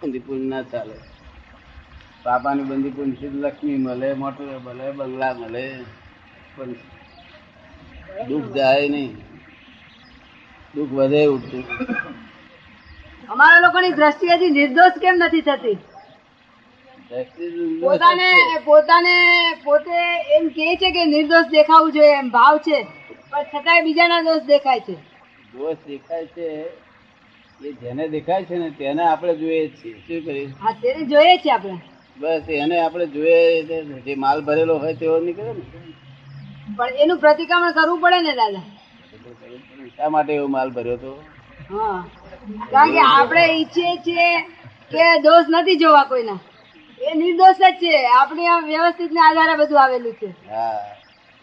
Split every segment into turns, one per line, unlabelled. બંદીપુર ના ચાલે પાપાને બંદીપુર થી લક્ષ્મી મળે મોટર મળે બંગલા મળે પણ દુઃખ જાય નહીં દુઃખ વધે ઉઠતું
અમારા લોકોની દ્રષ્ટિ હજી નિર્દોષ કેમ નથી થતી
દ્રષ્ટિ દુઃખ
પોતાને
છે.
પોતાને પોતે એમ કહે છે કે નિર્દોષ દેખાવું જોઈએ એમ ભાવ છે પણ છતાંય બીજાના દોષ દેખાય છે
દોષ દેખાય છે એ જેને દેખાય છે ને તેને આપણે જોઈએ જ છીએ શું કરીએ
હા તેને જોઈએ છે આપણે
બસ એને આપણે જોઈએ એટલે જે માલ ભરેલો હોય તેવો નીકળે ને
પણ એનું પ્રતિક્રમણ કરવું પડે ને દાદા
શા માટે એવો માલ ભર્યો હતો
હા કારણ કે આપણે ઈચ્છીએ છીએ કે દોષ નથી જોવા કોઈના એ નિર્દોષ જ છે આપણી આ વ્યવસ્થિત ને આધારે બધું આવેલું છે
હા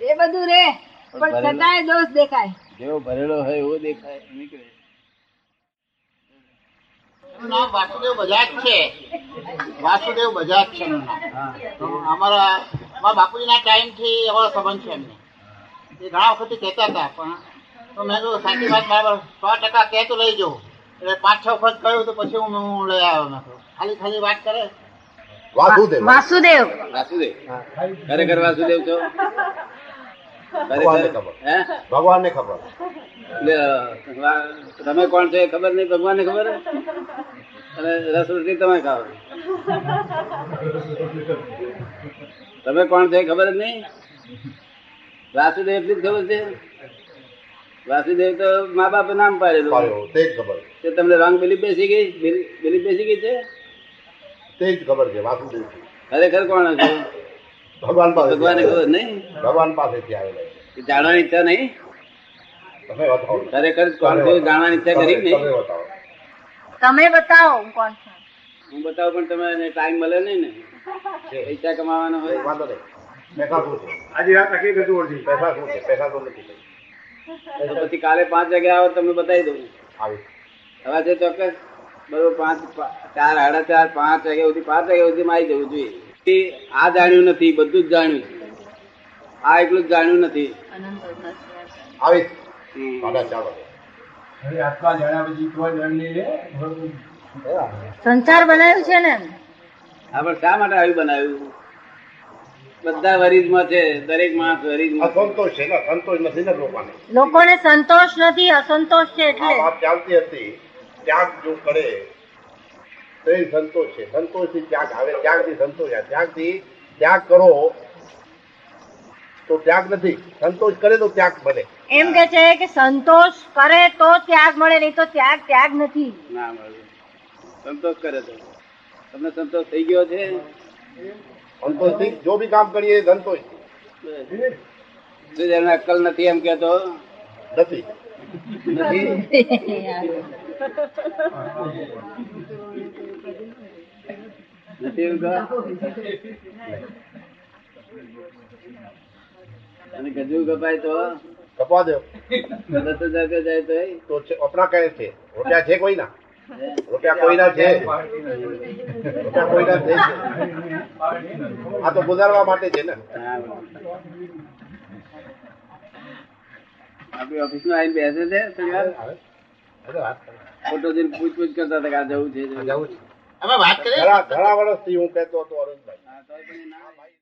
એ બધું રે પણ છતાંય દોષ દેખાય
જેવો ભરેલો હોય એવો દેખાય નીકળે
એનું નામ વાસુદેવ બજાજ છે વાસુદેવ બજાજ છે એનું નામ તો અમારા અમારા બાપુજીના ટાઈમથી અમારો સંબંધ છે એમને એ ઘણા વખતથી કહેતા હતા પણ તો મેં કહ્યું સાચી વાત બરાબર સો ટકા કહે તો લઈ જવું એટલે પાંચ છ વખત કહ્યું તો પછી હું હું લઈ આવ્યો મેં કહ્યું. ખાલી ખાલી વાત કરે
વાસુદેવ
વાસુદેવ
વાસુદેવ ખરેખર વાસુદેવ છો
ભગવાનને ખબર.
હે
ભગવાનને ખબર
લે, વા- તમે કોણ છો એ ખબર નહીં ભગવાનને ખબર હે? અને રસ રોટલી તમે ખાઓ તમે કોણ છો એ ખબર જ નહીં વાસુદેવ એટલી જ ખબર છે વાસુદેવ તો મા બાપ નામ પાડેલું
પાડ્યો, તે જ ખબર
તે તમને રોંગ બિલીફ બેસી ગઈ બિલી- બિલીફ બેસી ગઈ છે
તે જ ખબર છે વાસુદેવ
ખરેખર કોણ છો
ભગવાન પાસે
ભગવાને ખબર નહીં
ભગવાન પાસેથી આવેલા છે.
એ જાણવાની ઈચ્છા નહીં
તમે બતાવો
ખરેખર કોણ છો એ જાણવાની ઈચ્છા કરી
તમે-
નહીં
તમે બતાવો
તમે બતાવો કોણ
હું બતાવું પણ તમે ટાઈમ મળે નહીં ને
છે.
પૈસા કમાવાનો
કંઈ
હોય
વાંધો નહીં. પૈસા શું છે?
આજે રાત આખી નથી ઓળખી
પૈસા શું છે? પૈસા તો નથી કંઈ.
તો પછી કાલે પાંચ વાગે આવો તમને બતાવી દઉં
આવી.
હવે છે ચોક્કસ બરોબર પાંચ પા- ચાર સાડા ચાર પાંચ વાગ્યા સુધી પાંચ વાગ્યા સુધી આવી જવું જોઈએ એ આ જાણ્યું નથી બધું જ જાણ્યું છે આ એટલું જ જાણ્યું નથી
આવી.
હમ.
સાડા ચાર વાગે.
હવે આત્મા જાણ્યા પછી તો જાણી લે બરોબર.
સંસાર બનાવ્યું છે ને
હા, પણ શા માટે આવી બનાવ્યું બધા વરીજમાં છે દરેક માણસ વરીજમાં છે.
અસંતોષ છે ને સંતોષ નથી ને લોકોને
લોકોને સંતોષ નથી અસંતોષ છે
આ વાત ચાલતી હતી ત્યાગ જો કરે તો એ સંતોષ છે સંતોષ થી ત્યાગ આવે ત્યાગ થી સંતોષ આવે ત્યાગ થી ત્યાગ કરો તો ત્યાગ નથી સંતોષ કરે તો ત્યાગ બને
એમ કે છે કે સંતોષ કરે તો ત્યાગ મળે નહીં તો ત્યાગ ત્યાગ નથી
ના મળે સંતોષ કરે તો તમને સંતોષ થઈ ગયો છે
સંતોષ થી જો બી કામ કરીએ સંતોષ થી.
બસ. શું જેને અક્કલ નથી એમ કેતો
નથી
નથી નથી એવું કહો? અને ગજુ કપાય તો
કપવા દો
દસ હજાર રૂપિયા જાય તો એ?
તો છે- અપના કહે છે રૂપિયા છે કોઈના
હે?
રૂપિયા કોઈના છે રૂપિયા કોઈના છે આ તો ગુજારવા માટે છે ને
હા, બરાબર. આપણી ઓફિસ માં આવીને બેસે છે થોડી વાર? ફોટો જોઈને પૂછપૂછ કરતા હતા કે આ જવું છે જવું છે.
અમે વાત કરીએ
ઘણા ઘણા વર્ષથી હું કહેતો હતો અરુણભાઈ
હા, તોય પણ એ ના